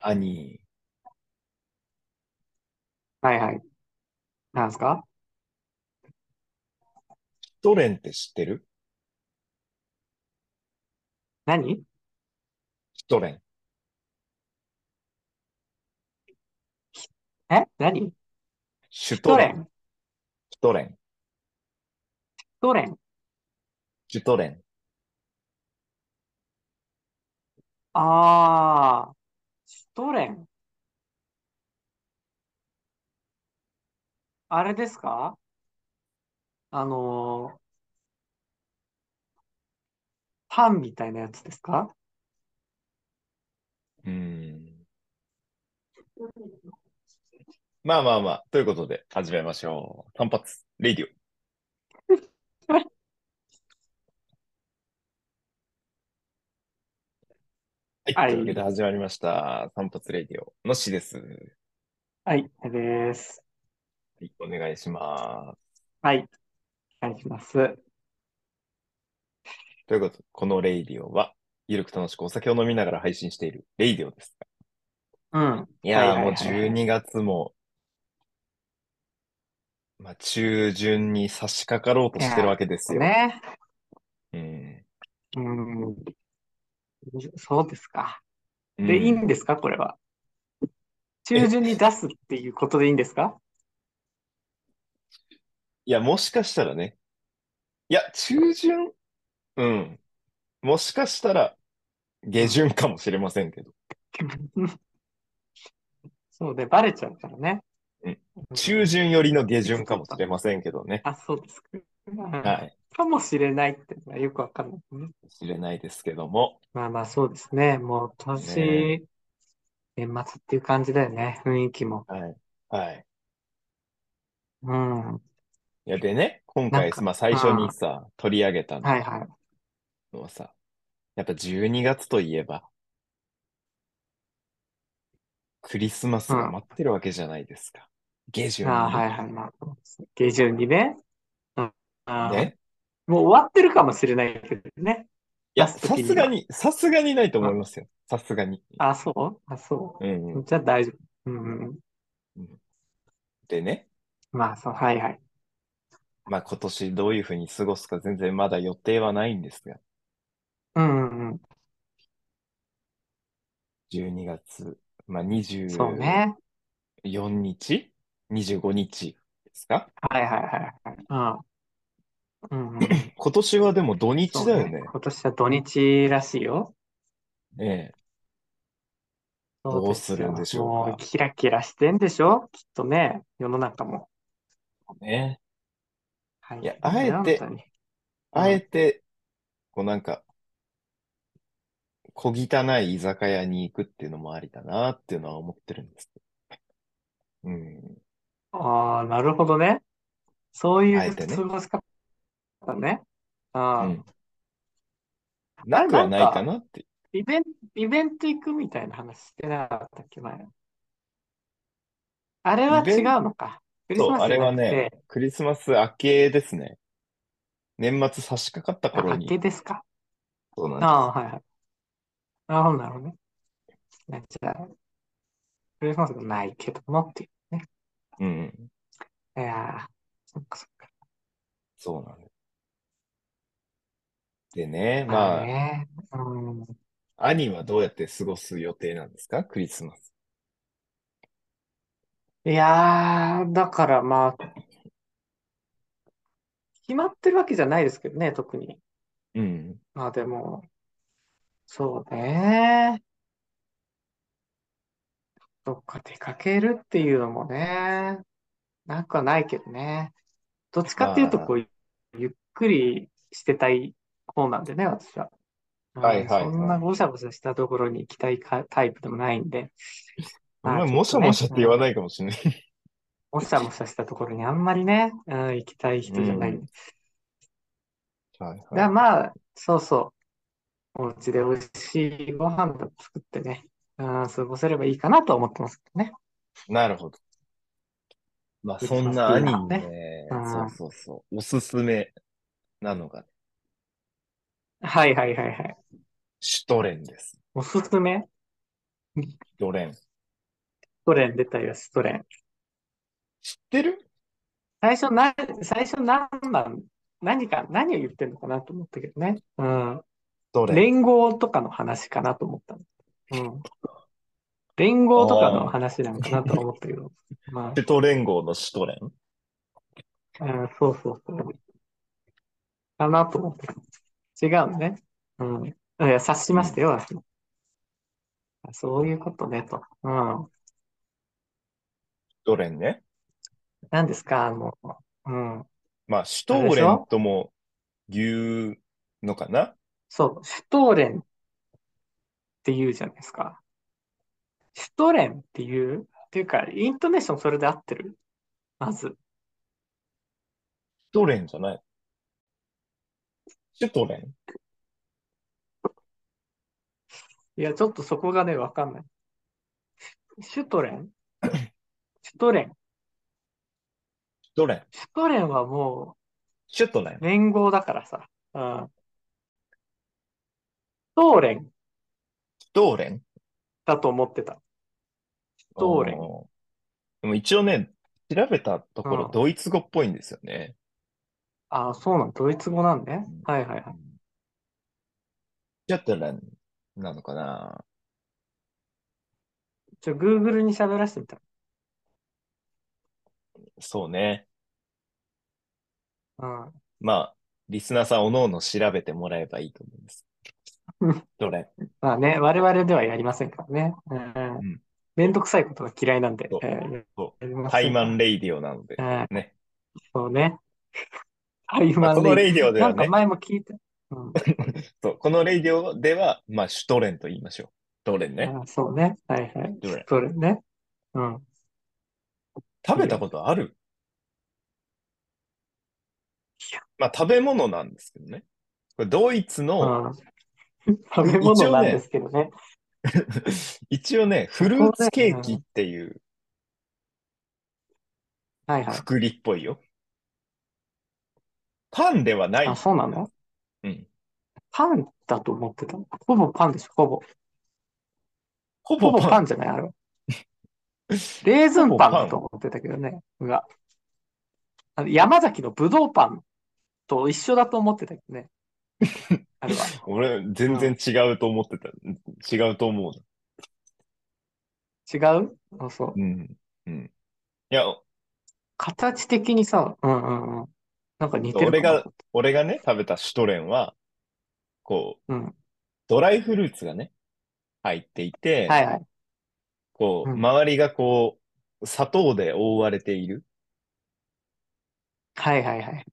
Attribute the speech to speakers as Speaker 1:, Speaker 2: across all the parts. Speaker 1: 兄。
Speaker 2: はいはい。なんすか
Speaker 1: キトレンって知ってる
Speaker 2: 何
Speaker 1: キトレン。
Speaker 2: え何
Speaker 1: シュト
Speaker 2: ト
Speaker 1: レ
Speaker 2: レ
Speaker 1: ン。
Speaker 2: ン
Speaker 1: キトレン。
Speaker 2: トレン
Speaker 1: シュトレン。
Speaker 2: あー、シュトレンあれですかあのー、パンみたいなやつですか
Speaker 1: うーん。まあまあまあ。ということで、始めましょう。単発、レディオ。 はい。
Speaker 2: は
Speaker 1: というわけで
Speaker 2: い。
Speaker 1: 始まりました。単発レディオのっしーです。は
Speaker 2: はい、あれです。
Speaker 1: い。お願いします。
Speaker 2: はい、お願いします。
Speaker 1: ということで、このレイディオは、ゆるく楽しくお酒を飲みながら配信しているレイディオです。
Speaker 2: うん。はいいはい
Speaker 1: やー、もう
Speaker 2: はいは
Speaker 1: 12
Speaker 2: い。
Speaker 1: 月も、まあ、中旬に差し掛かろうと
Speaker 2: い
Speaker 1: してる
Speaker 2: や
Speaker 1: わけです
Speaker 2: ー、
Speaker 1: よ。
Speaker 2: ね。
Speaker 1: うん。
Speaker 2: うん、そうですか。
Speaker 1: う
Speaker 2: で、いい
Speaker 1: ん。
Speaker 2: んですかこれは。中
Speaker 1: え、
Speaker 2: 旬に出すっていうことでいいんで すか
Speaker 1: いや、もしかしたらね。いや、中旬うん。もしかしたら、
Speaker 2: う
Speaker 1: 下
Speaker 2: ん。
Speaker 1: 旬かもしれませんけど。
Speaker 2: そうで、バレちゃうからね。
Speaker 1: うん。
Speaker 2: う
Speaker 1: 中
Speaker 2: ん、
Speaker 1: 旬よりの下
Speaker 2: いつ
Speaker 1: 旬か
Speaker 2: 撮っ
Speaker 1: もしたれませんけどね。
Speaker 2: あ、そうですか。うん
Speaker 1: はい。
Speaker 2: かもしれないってのはよくわかんないね。
Speaker 1: 知れないですけども。
Speaker 2: まあまあ、そうですね。もう
Speaker 1: ね
Speaker 2: 年、年末っていう感じだよね。雰囲気も。
Speaker 1: え。はい。はい。
Speaker 2: うん。
Speaker 1: いや、でね、今
Speaker 2: なん
Speaker 1: 回、
Speaker 2: か、
Speaker 1: まあ、最
Speaker 2: うん。
Speaker 1: 初に
Speaker 2: は
Speaker 1: さ、取り上げた
Speaker 2: いはい。
Speaker 1: のはさ、やっぱ12月といえば、クリスマ
Speaker 2: う
Speaker 1: スが
Speaker 2: ん。
Speaker 1: 待ってるわけじゃないですか。下旬
Speaker 2: ああ、は
Speaker 1: に。
Speaker 2: いはい。まあ、下旬にね。うん。あ
Speaker 1: ね。
Speaker 2: ーもう終わってるかもしれないけどね。
Speaker 1: い
Speaker 2: 出
Speaker 1: や、
Speaker 2: すと
Speaker 1: さ
Speaker 2: き
Speaker 1: す
Speaker 2: に
Speaker 1: が
Speaker 2: は。
Speaker 1: に、さすがにないと
Speaker 2: う
Speaker 1: 思い
Speaker 2: ん。
Speaker 1: ますよ。さすがに。
Speaker 2: あ、そうあ、そ
Speaker 1: うんう
Speaker 2: う。
Speaker 1: ん。
Speaker 2: じゃあ大丈夫。うんうん。
Speaker 1: うんでね、
Speaker 2: まあ、そう、はいはい。
Speaker 1: まあ今年どういうふうに過ごすか全然まだ予定はないんですが、
Speaker 2: うんうんうん。
Speaker 1: 12月、まあ
Speaker 2: そう
Speaker 1: 24
Speaker 2: ね。
Speaker 1: 日 ?25 日ですか
Speaker 2: はいはいはいはい。うん。うんうん。
Speaker 1: 今年はでも土日
Speaker 2: そう
Speaker 1: だよ
Speaker 2: ね。
Speaker 1: ね。
Speaker 2: 今年は土日らしいよ。
Speaker 1: ええ。
Speaker 2: そう
Speaker 1: どう
Speaker 2: ですす
Speaker 1: るんで
Speaker 2: よ。
Speaker 1: しょう
Speaker 2: もう、
Speaker 1: か。
Speaker 2: キラキラしてんでしょきっとね。世の中も。
Speaker 1: ね。
Speaker 2: 大
Speaker 1: いや、
Speaker 2: 変
Speaker 1: あ
Speaker 2: だ
Speaker 1: え
Speaker 2: よ、本
Speaker 1: て、
Speaker 2: 当に。う
Speaker 1: あえ
Speaker 2: ん。
Speaker 1: て、こうなんか、小汚い居酒屋に行くっていうのもありだなっていうのは思ってるんです。うん。
Speaker 2: ああ、なるほどね。そうい
Speaker 1: あ
Speaker 2: う
Speaker 1: えてね。
Speaker 2: 過ごし方ね。
Speaker 1: う
Speaker 2: あ
Speaker 1: ん。な
Speaker 2: あ。
Speaker 1: くは
Speaker 2: なん
Speaker 1: ないか
Speaker 2: か、
Speaker 1: なって。
Speaker 2: イベン、イベント行くみたいな話してなかったっけ、前。あれ
Speaker 1: イ
Speaker 2: は
Speaker 1: ベ
Speaker 2: 違
Speaker 1: ン
Speaker 2: うのか。クリス
Speaker 1: ト、
Speaker 2: マ
Speaker 1: あ
Speaker 2: スじ
Speaker 1: れ
Speaker 2: ゃな
Speaker 1: は
Speaker 2: く
Speaker 1: ね、
Speaker 2: て、
Speaker 1: クリスマス明けですね。年末差し掛かった
Speaker 2: あ、
Speaker 1: 頃
Speaker 2: 明
Speaker 1: に、
Speaker 2: けですか。
Speaker 1: そうなん
Speaker 2: あ
Speaker 1: で
Speaker 2: あ、
Speaker 1: す。
Speaker 2: はいはい。なるほど、なるほどね。じゃあ、クリスマスがないけどもっていうね。
Speaker 1: うん、
Speaker 2: いやー、そっかそっか。
Speaker 1: そうなんです。でね、
Speaker 2: まあ
Speaker 1: まあ、
Speaker 2: ね。うん。
Speaker 1: 兄はどうやって過ごす予定なんですかクリスマス。
Speaker 2: いやー、だからまあ、決まってるわけじゃないですけどね、特に。
Speaker 1: うん。
Speaker 2: まあでも、そうね。どっか出かけるっていうのもね、なくはないけどね。どっちかっていうと、こ
Speaker 1: ま
Speaker 2: う、ゆっくりしてたい方なんでね、私は。
Speaker 1: あ、はい
Speaker 2: うん、
Speaker 1: は
Speaker 2: そ
Speaker 1: い
Speaker 2: ん
Speaker 1: は。
Speaker 2: ないごしゃごしゃしたところに行きたいかタイプでもないんで、
Speaker 1: お
Speaker 2: ま
Speaker 1: 前、
Speaker 2: あちょっ
Speaker 1: もし
Speaker 2: と
Speaker 1: ゃも
Speaker 2: ね、
Speaker 1: しゃっ
Speaker 2: う
Speaker 1: て言わ
Speaker 2: ん、
Speaker 1: ないかもしれない。
Speaker 2: もしゃもしゃしたところにあんまりね、うん、行きたいう人じゃないん
Speaker 1: ん。
Speaker 2: で。
Speaker 1: はい
Speaker 2: だか
Speaker 1: は
Speaker 2: ら
Speaker 1: いは
Speaker 2: ま
Speaker 1: い。
Speaker 2: あ、そうそう、お家で美味しいご飯でも作ってね、うん、過ごせればいいかなと思ってますけどね。
Speaker 1: なるほど。まあ、
Speaker 2: クリ
Speaker 1: そ
Speaker 2: ス
Speaker 1: ん
Speaker 2: マス
Speaker 1: な
Speaker 2: デ
Speaker 1: 兄
Speaker 2: ィナー
Speaker 1: に
Speaker 2: ね。う、
Speaker 1: ね、そうんそうそう、おすすめなのが、
Speaker 2: はいはいはいはい。
Speaker 1: シュトレンです。
Speaker 2: おすすめ
Speaker 1: ドレン。知っ
Speaker 2: トレン出たよ、ストレン。
Speaker 1: てる
Speaker 2: 最初な、最初何なん、何か、何を言ってんのかなと思ったけどね。うん。
Speaker 1: ドレン。
Speaker 2: 連合とかの話かなと思ったの。うん。連合とかの話なんかなと思ったけ ど。ま
Speaker 1: 首都連合の首都連
Speaker 2: あ、うん、そうそうそう。かなと思ったけど。違うのね。うん。いや、察しましたよ、私も。あそういうことね、と。うん。
Speaker 1: ドレンね。
Speaker 2: 何ですか、あの、うん。
Speaker 1: まあ、首都連とも言うのかな
Speaker 2: そう、シュトーレンって言うじゃないですか。シュトレンっていうっていうか、イントネーションそれで合ってるまず。
Speaker 1: 首都連じゃない。首都連
Speaker 2: いや、ちょっとそこがね、わかんない。シュトレンシュトレン。
Speaker 1: ドレン。
Speaker 2: シュトレンはも
Speaker 1: 首都連
Speaker 2: う。連合だからさ。うん。シュトーレン
Speaker 1: シュト連
Speaker 2: だと思ってた。シュトーレン。
Speaker 1: おーでも一応ね、調べたとこ
Speaker 2: う
Speaker 1: ろ
Speaker 2: ん、
Speaker 1: ドイツ語っぽいんですよね。
Speaker 2: ああ、そうなん、ドイツ語なんね
Speaker 1: うん。
Speaker 2: はいはいはい。
Speaker 1: シュトレンなのかな
Speaker 2: ちょ、Google に喋らせてみた
Speaker 1: そうね。
Speaker 2: ら。うん。
Speaker 1: まあ、リスナーさん、おのおの調べてもらえばいいと思い ます。どれ
Speaker 2: まあね、我々ではやりませんからね。うん
Speaker 1: うん
Speaker 2: めんどくさいことが嫌いなんで
Speaker 1: そう、
Speaker 2: えー
Speaker 1: そ
Speaker 2: やりま
Speaker 1: タ
Speaker 2: せ
Speaker 1: イ
Speaker 2: ん
Speaker 1: マンレイディオなので、
Speaker 2: うん
Speaker 1: ね。
Speaker 2: そうね。 タイ
Speaker 1: まあ
Speaker 2: マ
Speaker 1: こ
Speaker 2: ン
Speaker 1: の
Speaker 2: レ
Speaker 1: レ
Speaker 2: イ
Speaker 1: イディオで
Speaker 2: な
Speaker 1: は
Speaker 2: んか
Speaker 1: ね、
Speaker 2: 前も聞いた。うん、
Speaker 1: そう、このレイディオでは、まあ、シュトレンと言いましょう。ドレン ね。
Speaker 2: あそうね。はいはい。
Speaker 1: どれ
Speaker 2: それね。うん。
Speaker 1: 食べたことある
Speaker 2: いや
Speaker 1: まあ、食べ物なんですけどね。これドイツの、
Speaker 2: うん、 食べ物なんですけどね。
Speaker 1: 一応ね、フルーツケーキっていう
Speaker 2: はいはい
Speaker 1: く。くりっぽいよ。パンではない
Speaker 2: あ、。そうなの
Speaker 1: うん。
Speaker 2: パンだと思ってた。ほぼパンでしょ、ほぼ。
Speaker 1: ほぼ
Speaker 2: ほぼ
Speaker 1: パン
Speaker 2: パンじゃない、あれは。 レーズンパンだと思ってたけどね。うわ。あの山崎のぶどうパンと一緒だと思ってたけ どね。あれは。
Speaker 1: 俺、全然違うと思ってた。違うと思うな。
Speaker 2: 違うあそう。
Speaker 1: うん。うん。いや、
Speaker 2: 形的にさ、うんうんうん。なんか似てる
Speaker 1: 俺
Speaker 2: か
Speaker 1: が、俺がね、食べたシュトレンは、こう、
Speaker 2: な。うん。
Speaker 1: ドライフルーツがね、入っていて、
Speaker 2: はいはい。
Speaker 1: こう、
Speaker 2: うん
Speaker 1: 周りがこう、砂糖で覆われている
Speaker 2: はいはいはい。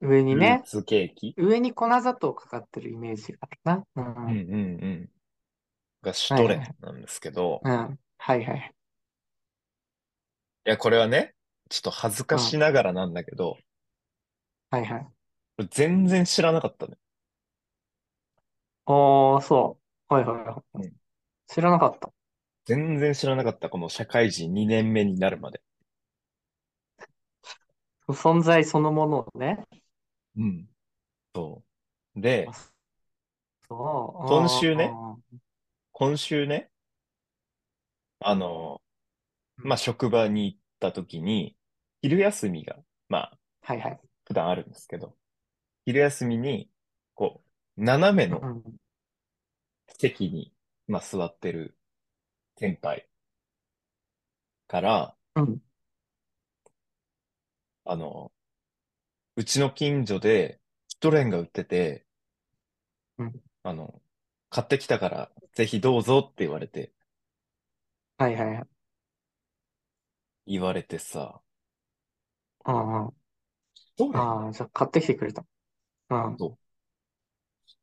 Speaker 2: 上
Speaker 1: フ
Speaker 2: に
Speaker 1: ルー
Speaker 2: ね、
Speaker 1: ツケーキ。
Speaker 2: 上に粉砂糖かかってるイメージがあるな。
Speaker 1: う
Speaker 2: うん
Speaker 1: うん
Speaker 2: ん。
Speaker 1: うん。がシュトレンなんですけど、い
Speaker 2: うん。はいはい。
Speaker 1: や、これはね、ちょっと恥ずかしながらなんだけど、
Speaker 2: はいはい。
Speaker 1: 全然知らなかったね。
Speaker 2: おー、そう。はいはいは
Speaker 1: う
Speaker 2: い
Speaker 1: ん。
Speaker 2: 知らなかった。
Speaker 1: 全然知らなかった、この社会人2年目になるまで。
Speaker 2: 存在そのものをね。
Speaker 1: うん。そう。で、
Speaker 2: そう。
Speaker 1: 今週ね
Speaker 2: うん
Speaker 1: 今週ね、あの、
Speaker 2: うん
Speaker 1: まあ、職場に行った時に、昼休みが、まあ、
Speaker 2: はいはい。
Speaker 1: 普段あるんですけど、昼休みに、こう、斜め
Speaker 2: う
Speaker 1: の
Speaker 2: ん。
Speaker 1: 席に、まあ、座ってる先輩から、
Speaker 2: うん。
Speaker 1: あの、うちの近所で、シュトレンが売ってて
Speaker 2: うん、
Speaker 1: あの、買ってきたから、ぜひどうぞって言われて、
Speaker 2: はいはいはい。
Speaker 1: 言われてさ、
Speaker 2: うんうん。
Speaker 1: シュトレン
Speaker 2: ああ、じゃあ買ってきてくれた。うん。
Speaker 1: シ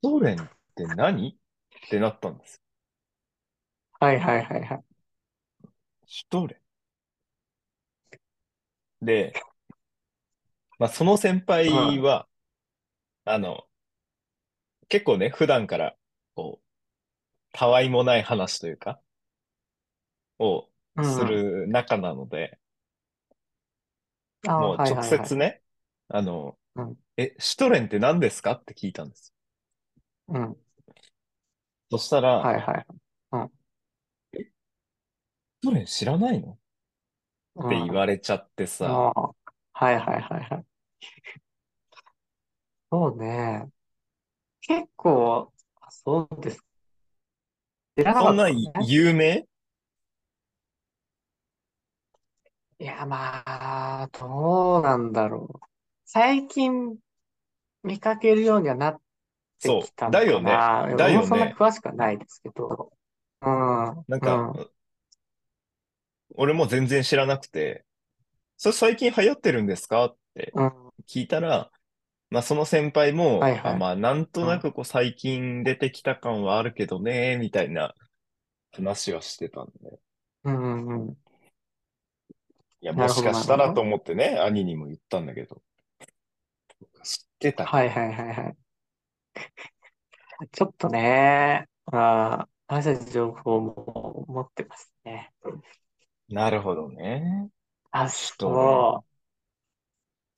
Speaker 1: ュトレンって何ってなったんですよ。
Speaker 2: はいはいはいはい。
Speaker 1: シュトレン。で、まあ、その先輩は、あの、結構ね、普段から、こう、たわいもない話というか、を
Speaker 2: うん
Speaker 1: する仲なので、
Speaker 2: ああ、
Speaker 1: もう
Speaker 2: はい
Speaker 1: 直
Speaker 2: はいはい
Speaker 1: 接ね、あの
Speaker 2: うん、
Speaker 1: え、シュトレンって何ですかって聞いたんです
Speaker 2: うん。
Speaker 1: よ。そした
Speaker 2: は
Speaker 1: ら、
Speaker 2: いはい。
Speaker 1: ソ連知らないの
Speaker 2: う
Speaker 1: って
Speaker 2: ん。
Speaker 1: 言われちゃってさ、
Speaker 2: ああ、はいはいはいはい。 そうね。結構、あそうです。知らな
Speaker 1: そ
Speaker 2: か
Speaker 1: ん
Speaker 2: っ
Speaker 1: な
Speaker 2: た
Speaker 1: ん
Speaker 2: のね。
Speaker 1: 有名
Speaker 2: いや、まあ、どうなんだろう。最近見かけるようにはなってき
Speaker 1: そう。
Speaker 2: た
Speaker 1: だ
Speaker 2: の
Speaker 1: よ
Speaker 2: か
Speaker 1: ね。
Speaker 2: な。
Speaker 1: だ
Speaker 2: 俺も
Speaker 1: よ
Speaker 2: そんな
Speaker 1: ね。
Speaker 2: 詳しくはないですけど。うん、
Speaker 1: なんか、
Speaker 2: うん。
Speaker 1: 俺も全然知らなくて、それ最近流行ってるんですかって
Speaker 2: うん、
Speaker 1: 聞いたら、まあその先輩
Speaker 2: は
Speaker 1: も、
Speaker 2: い
Speaker 1: あ、
Speaker 2: はい。
Speaker 1: まあなんと
Speaker 2: う、
Speaker 1: なんくこう最近出てきた感はあるけどね、みたいな話はしてたんで。
Speaker 2: うん、うんうん。
Speaker 1: いや、も
Speaker 2: なる
Speaker 1: し
Speaker 2: ほど、
Speaker 1: か
Speaker 2: な
Speaker 1: した
Speaker 2: るほ
Speaker 1: らと
Speaker 2: ど。
Speaker 1: 思ってね、兄にも言ったんだけど、知ってた
Speaker 2: は
Speaker 1: か。
Speaker 2: いはいはいはい。ちょっとね、ああ、合わせた情報も持ってますね。
Speaker 1: なるほどね。
Speaker 2: あ、
Speaker 1: ちょっと俺、
Speaker 2: そう。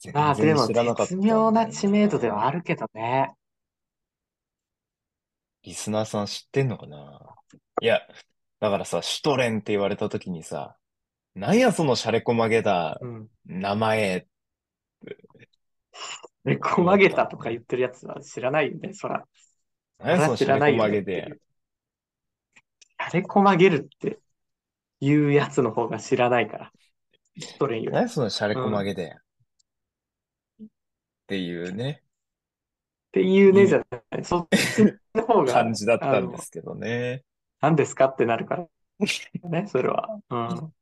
Speaker 1: 全
Speaker 2: まあ、で
Speaker 1: 然
Speaker 2: も、
Speaker 1: 知らなかっ
Speaker 2: 絶
Speaker 1: た
Speaker 2: 妙
Speaker 1: んだ
Speaker 2: な
Speaker 1: よ
Speaker 2: 知名度ではあ
Speaker 1: な。
Speaker 2: るけどね。
Speaker 1: リスナーさん知ってんのかないや、だからさ、シュトレンって言われた時にさ、なんやそのシャレコマげ
Speaker 2: う
Speaker 1: だ、
Speaker 2: ん。
Speaker 1: 名前
Speaker 2: で、
Speaker 1: って
Speaker 2: こ
Speaker 1: 思
Speaker 2: ま
Speaker 1: っ
Speaker 2: げ
Speaker 1: た
Speaker 2: た
Speaker 1: ん
Speaker 2: と
Speaker 1: だ
Speaker 2: か
Speaker 1: よ
Speaker 2: 言っ
Speaker 1: ね。
Speaker 2: てるやつは知らないよね、そら。
Speaker 1: なんや
Speaker 2: そ
Speaker 1: そ
Speaker 2: ら
Speaker 1: の
Speaker 2: 知
Speaker 1: シャ
Speaker 2: ら
Speaker 1: レ
Speaker 2: な
Speaker 1: コ
Speaker 2: いよ
Speaker 1: マ
Speaker 2: ねっ
Speaker 1: げ
Speaker 2: てい
Speaker 1: で、
Speaker 2: う。あれこまげるっていうやつの方が知らないから。シュトレンよ
Speaker 1: なん
Speaker 2: り。
Speaker 1: やそのシャレ
Speaker 2: う
Speaker 1: コ
Speaker 2: ん。
Speaker 1: マ
Speaker 2: っ
Speaker 1: げでっていうね、
Speaker 2: ていうね、じ
Speaker 1: い
Speaker 2: ゃない。そっちの方
Speaker 1: 感
Speaker 2: が、
Speaker 1: じだっ
Speaker 2: あ
Speaker 1: たんで
Speaker 2: の、
Speaker 1: すけどね。
Speaker 2: 何ですかってなるからね、それは。うん。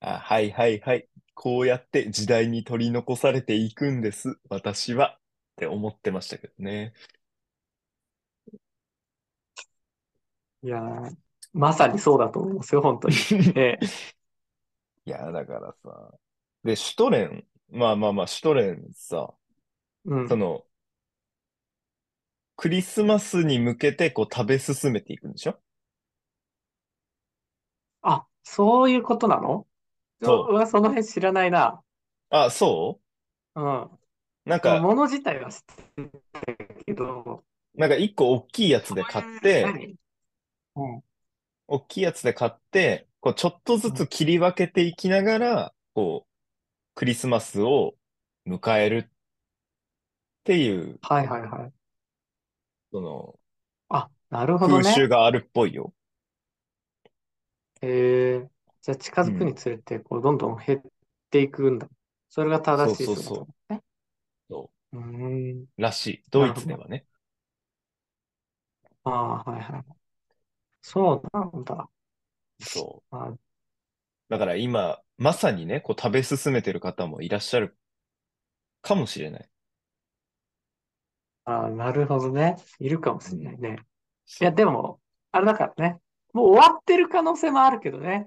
Speaker 1: あ、はいはいはい。こうやって時代に取り残されていくんです、私は。って思ってましたけどね。
Speaker 2: いやー、まさにそうだと思います よ、本当に。ええ。
Speaker 1: いや、だからさ。で、シュトレン。まあまあまあ、シュトレンさ、
Speaker 2: う
Speaker 1: そ
Speaker 2: ん。
Speaker 1: の、クリスマスに向けてこう食べ進めていくんでしょ
Speaker 2: あ、そういうことなのうわ、う
Speaker 1: そう。
Speaker 2: わその辺知らないな。
Speaker 1: あ、そ
Speaker 2: うん。
Speaker 1: うなん
Speaker 2: その
Speaker 1: か、
Speaker 2: もの自体は知ってるけど、
Speaker 1: なんか一個大きいやつ
Speaker 2: そ
Speaker 1: で買っ
Speaker 2: ういう、
Speaker 1: て、
Speaker 2: 何うん。
Speaker 1: 大きいやつで買って、こうちょっとず
Speaker 2: う
Speaker 1: つ
Speaker 2: ん。
Speaker 1: 切り分けていきながら、こう、クリスマスを迎えるっていう、
Speaker 2: はいはいはい。
Speaker 1: その、
Speaker 2: あ、なるほど
Speaker 1: 風習
Speaker 2: ね。
Speaker 1: があるっぽいよ。
Speaker 2: へえ。じゃあ近
Speaker 1: う
Speaker 2: づく
Speaker 1: ん。
Speaker 2: につれて、こう、どんどん減っていくんだ。それが
Speaker 1: そ
Speaker 2: 正
Speaker 1: う
Speaker 2: しい
Speaker 1: そう
Speaker 2: 姿
Speaker 1: そ
Speaker 2: だね。
Speaker 1: う。そう
Speaker 2: ーん。
Speaker 1: う。らしい。ド
Speaker 2: な
Speaker 1: イ
Speaker 2: るほ
Speaker 1: ツ
Speaker 2: ど
Speaker 1: で
Speaker 2: な。
Speaker 1: はね。
Speaker 2: ああ、はいはい。そうなんだ。
Speaker 1: そう。
Speaker 2: あ、
Speaker 1: だから今、まさにね、こう食べ進めてる方もいらっしゃるかもしれない。
Speaker 2: あ、なるほどね。いるかも
Speaker 1: う。
Speaker 2: しれなんいね。いや、
Speaker 1: そ
Speaker 2: でも、あれだからね。もう終わってる可能性もあるけどね。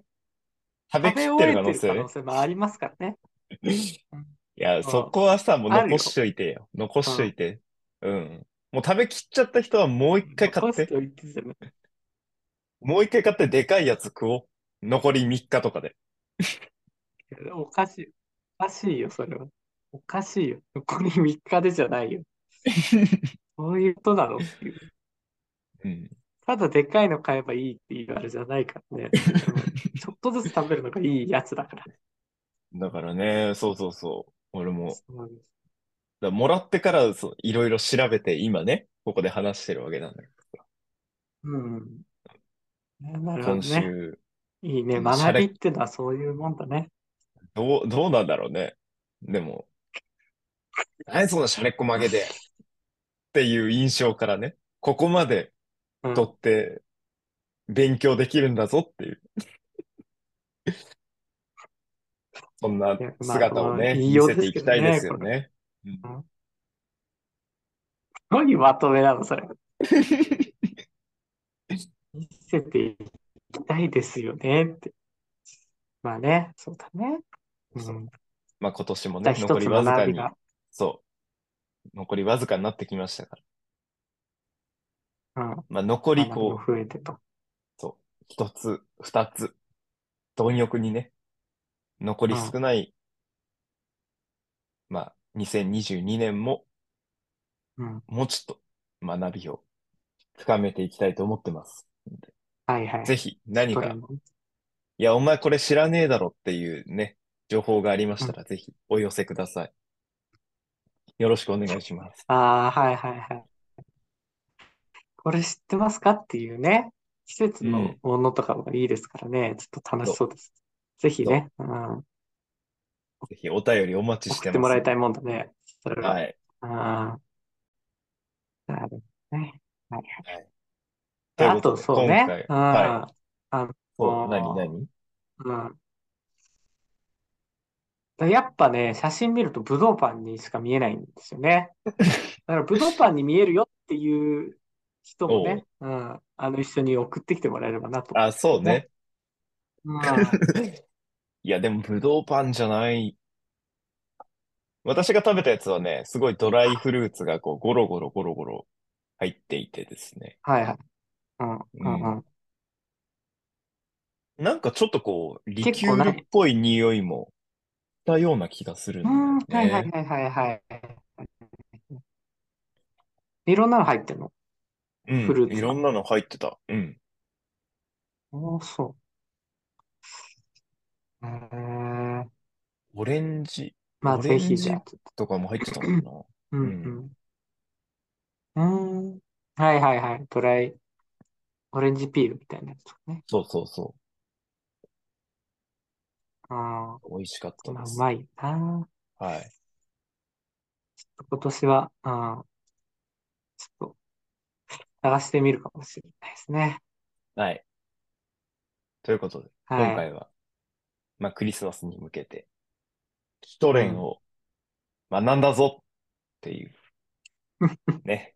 Speaker 1: う。食べ
Speaker 2: 食
Speaker 1: き
Speaker 2: べ
Speaker 1: ってる
Speaker 2: 終え
Speaker 1: 可
Speaker 2: て
Speaker 1: 能
Speaker 2: る
Speaker 1: 性
Speaker 2: 可能
Speaker 1: ね。
Speaker 2: 性もありますからね。
Speaker 1: い
Speaker 2: うん。
Speaker 1: や、
Speaker 2: う
Speaker 1: そ
Speaker 2: ん
Speaker 1: こはさ、もう
Speaker 2: ある
Speaker 1: 残し
Speaker 2: よ。
Speaker 1: といてよ。残
Speaker 2: う
Speaker 1: しとい
Speaker 2: ん。
Speaker 1: て。うん。もう食べきっちゃった人はもう一回買っ
Speaker 2: 残して
Speaker 1: て。
Speaker 2: おいてじゃない。
Speaker 1: もう一回買ってでかいやつ食おう。残り3日とかで。
Speaker 2: おかしい。おかしいよ、それは。おかしいよ。残り3日でじゃない よ。そういうことなのっていう。
Speaker 1: うん。
Speaker 2: ただでかいの買えばいいっていうあれじゃないから ね。うん。ちょっとずつ食べるのがいいやつだから。
Speaker 1: だからね、そうそうそう。俺も。
Speaker 2: そうです。
Speaker 1: だからもらってから、そう、いろいろ調べて、今ね、ここで話してるわけなんだけどさ。
Speaker 2: うん。ねなるほ
Speaker 1: 今
Speaker 2: どね。
Speaker 1: 週、
Speaker 2: いいね。
Speaker 1: うん、シャ
Speaker 2: 学びっ
Speaker 1: レ、
Speaker 2: ていうのはそういうもんだね。
Speaker 1: どう、どうなんだろうね。でも、何そのシャレっこ曲げでっていう印象からね、ここまで
Speaker 2: う
Speaker 1: 取
Speaker 2: ん。
Speaker 1: って勉強できるんだぞっていう、 そんない
Speaker 2: や、まあ、
Speaker 1: 姿を
Speaker 2: まあ、
Speaker 1: ね、
Speaker 2: 言い
Speaker 1: 見
Speaker 2: よう
Speaker 1: せ
Speaker 2: で
Speaker 1: て
Speaker 2: す
Speaker 1: い
Speaker 2: け
Speaker 1: き
Speaker 2: ど
Speaker 1: たいで
Speaker 2: ね、
Speaker 1: すよ
Speaker 2: これ。
Speaker 1: ね。うん
Speaker 2: うん。どういうまとめなの、それ。見せていきたいですよねって。まあね、そうだね。う
Speaker 1: そう。
Speaker 2: ん。
Speaker 1: まあ今年も
Speaker 2: じゃあ
Speaker 1: ね、
Speaker 2: 一
Speaker 1: 残り
Speaker 2: つ
Speaker 1: わず
Speaker 2: 学
Speaker 1: か
Speaker 2: び
Speaker 1: に、
Speaker 2: が。
Speaker 1: そう、残りわずかになってきましたから。
Speaker 2: うん。
Speaker 1: まあ残り
Speaker 2: 学びも
Speaker 1: こう、
Speaker 2: 増えてと。
Speaker 1: そう、一つ、二つ、貪欲にね、残
Speaker 2: う
Speaker 1: り
Speaker 2: ん。
Speaker 1: 少ない、まあ2022年も、
Speaker 2: うん。
Speaker 1: もうちょっと学びを深めていきたいと思ってます。
Speaker 2: はいは
Speaker 1: ぜ
Speaker 2: い。
Speaker 1: ひ
Speaker 2: シュ
Speaker 1: 何
Speaker 2: トレ
Speaker 1: か
Speaker 2: ンもね。
Speaker 1: いや、お前これ知らねえだろっていうね、情報がありましたら、ぜひお寄せください。よろしくお願いします。
Speaker 2: ああ、はいはいはい。これ知ってますかっていうね、季節のものとかもいいですからね、ちょっと楽しそうです。ぜひね、うん、
Speaker 1: ぜひお便りお待ちし
Speaker 2: 送
Speaker 1: て
Speaker 2: っても
Speaker 1: ま
Speaker 2: ら
Speaker 1: す。
Speaker 2: いたいもんだね、それは。
Speaker 1: はい。
Speaker 2: ああ、なるほどね。はい
Speaker 1: はいと
Speaker 2: で
Speaker 1: い
Speaker 2: あ、
Speaker 1: うこととで
Speaker 2: そうね。
Speaker 1: 今回
Speaker 2: うん。
Speaker 1: は
Speaker 2: あ
Speaker 1: そう、
Speaker 2: あー
Speaker 1: 何、何
Speaker 2: の、うん。やっぱね、写真見るとブドウパンにしか見えないんですよ ね。だからブドウパンに見えるよっていう人もね、うん。あの、一緒に送ってきてもらえればなと。
Speaker 1: あ、そうね。
Speaker 2: うん。
Speaker 1: いや、でも、ぶどうパンじゃない。私が食べたやつはね、すごいドライフルーツがこう、ゴロゴロゴロゴロ入っていてですね。
Speaker 2: はいはい。うん、うん、うん。
Speaker 1: なんかちょっとこう、リ
Speaker 2: 結
Speaker 1: キ
Speaker 2: 構
Speaker 1: ュー
Speaker 2: な
Speaker 1: ルっぽい匂いもしたような気がするん
Speaker 2: う
Speaker 1: だよ
Speaker 2: ん、はいはい
Speaker 1: ね。
Speaker 2: はいはいはい。いろんなの入ってるの
Speaker 1: うん
Speaker 2: フルーツ
Speaker 1: いろんなの入ってた。うん。
Speaker 2: おー、そう。えー、
Speaker 1: オレンジ
Speaker 2: まあ
Speaker 1: オレ
Speaker 2: ぜ
Speaker 1: ン
Speaker 2: ひじゃあ。
Speaker 1: とかも入ってた もんな。
Speaker 2: うんうん。うーん。はいはいはい。ドライ、オレンジピールみたいなやつね。
Speaker 1: そうそうそ
Speaker 2: ああ、
Speaker 1: う。美味しかった
Speaker 2: まあ
Speaker 1: で
Speaker 2: う
Speaker 1: す。
Speaker 2: まいよな。
Speaker 1: はい。
Speaker 2: 今年は、あーちょっと探してみるかもしれないですね。
Speaker 1: はい。ということで、
Speaker 2: はい
Speaker 1: 今回は、まあ、クリスマスに向けて、シュトレンを学んだぞって いう、ね、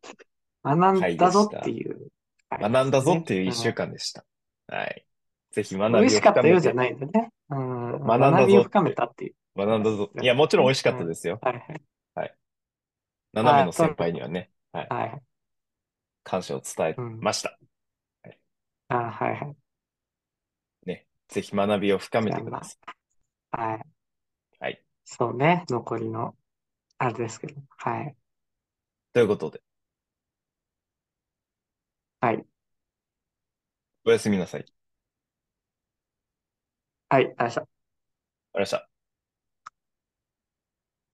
Speaker 2: 学んだ
Speaker 1: 回で
Speaker 2: ぞ
Speaker 1: した
Speaker 2: っていう。
Speaker 1: 学んだぞっていう一週
Speaker 2: 間。
Speaker 1: 間でした。はい。ぜひ
Speaker 2: う
Speaker 1: 学
Speaker 2: ん
Speaker 1: びを
Speaker 2: 美味しかった
Speaker 1: 深
Speaker 2: よ
Speaker 1: め
Speaker 2: うじゃ
Speaker 1: て、
Speaker 2: ないんだね。うん。
Speaker 1: 学んだぞ
Speaker 2: 学びを深めたっていう。
Speaker 1: 学んだぞ。いや、もちろん美味しかったですよ。
Speaker 2: はいはい。
Speaker 1: 斜めの先輩にはね、
Speaker 2: はいはい。
Speaker 1: 感謝を伝えました。
Speaker 2: あーはいはい。
Speaker 1: ぜひ学びを深めてくださ
Speaker 2: はい。
Speaker 1: はい。
Speaker 2: そうね、残りの、あれですけど。はい。
Speaker 1: い。ということで、
Speaker 2: はい。
Speaker 1: おやすみなさい。ありがとう
Speaker 2: はい、ありがとうございました。
Speaker 1: ございました。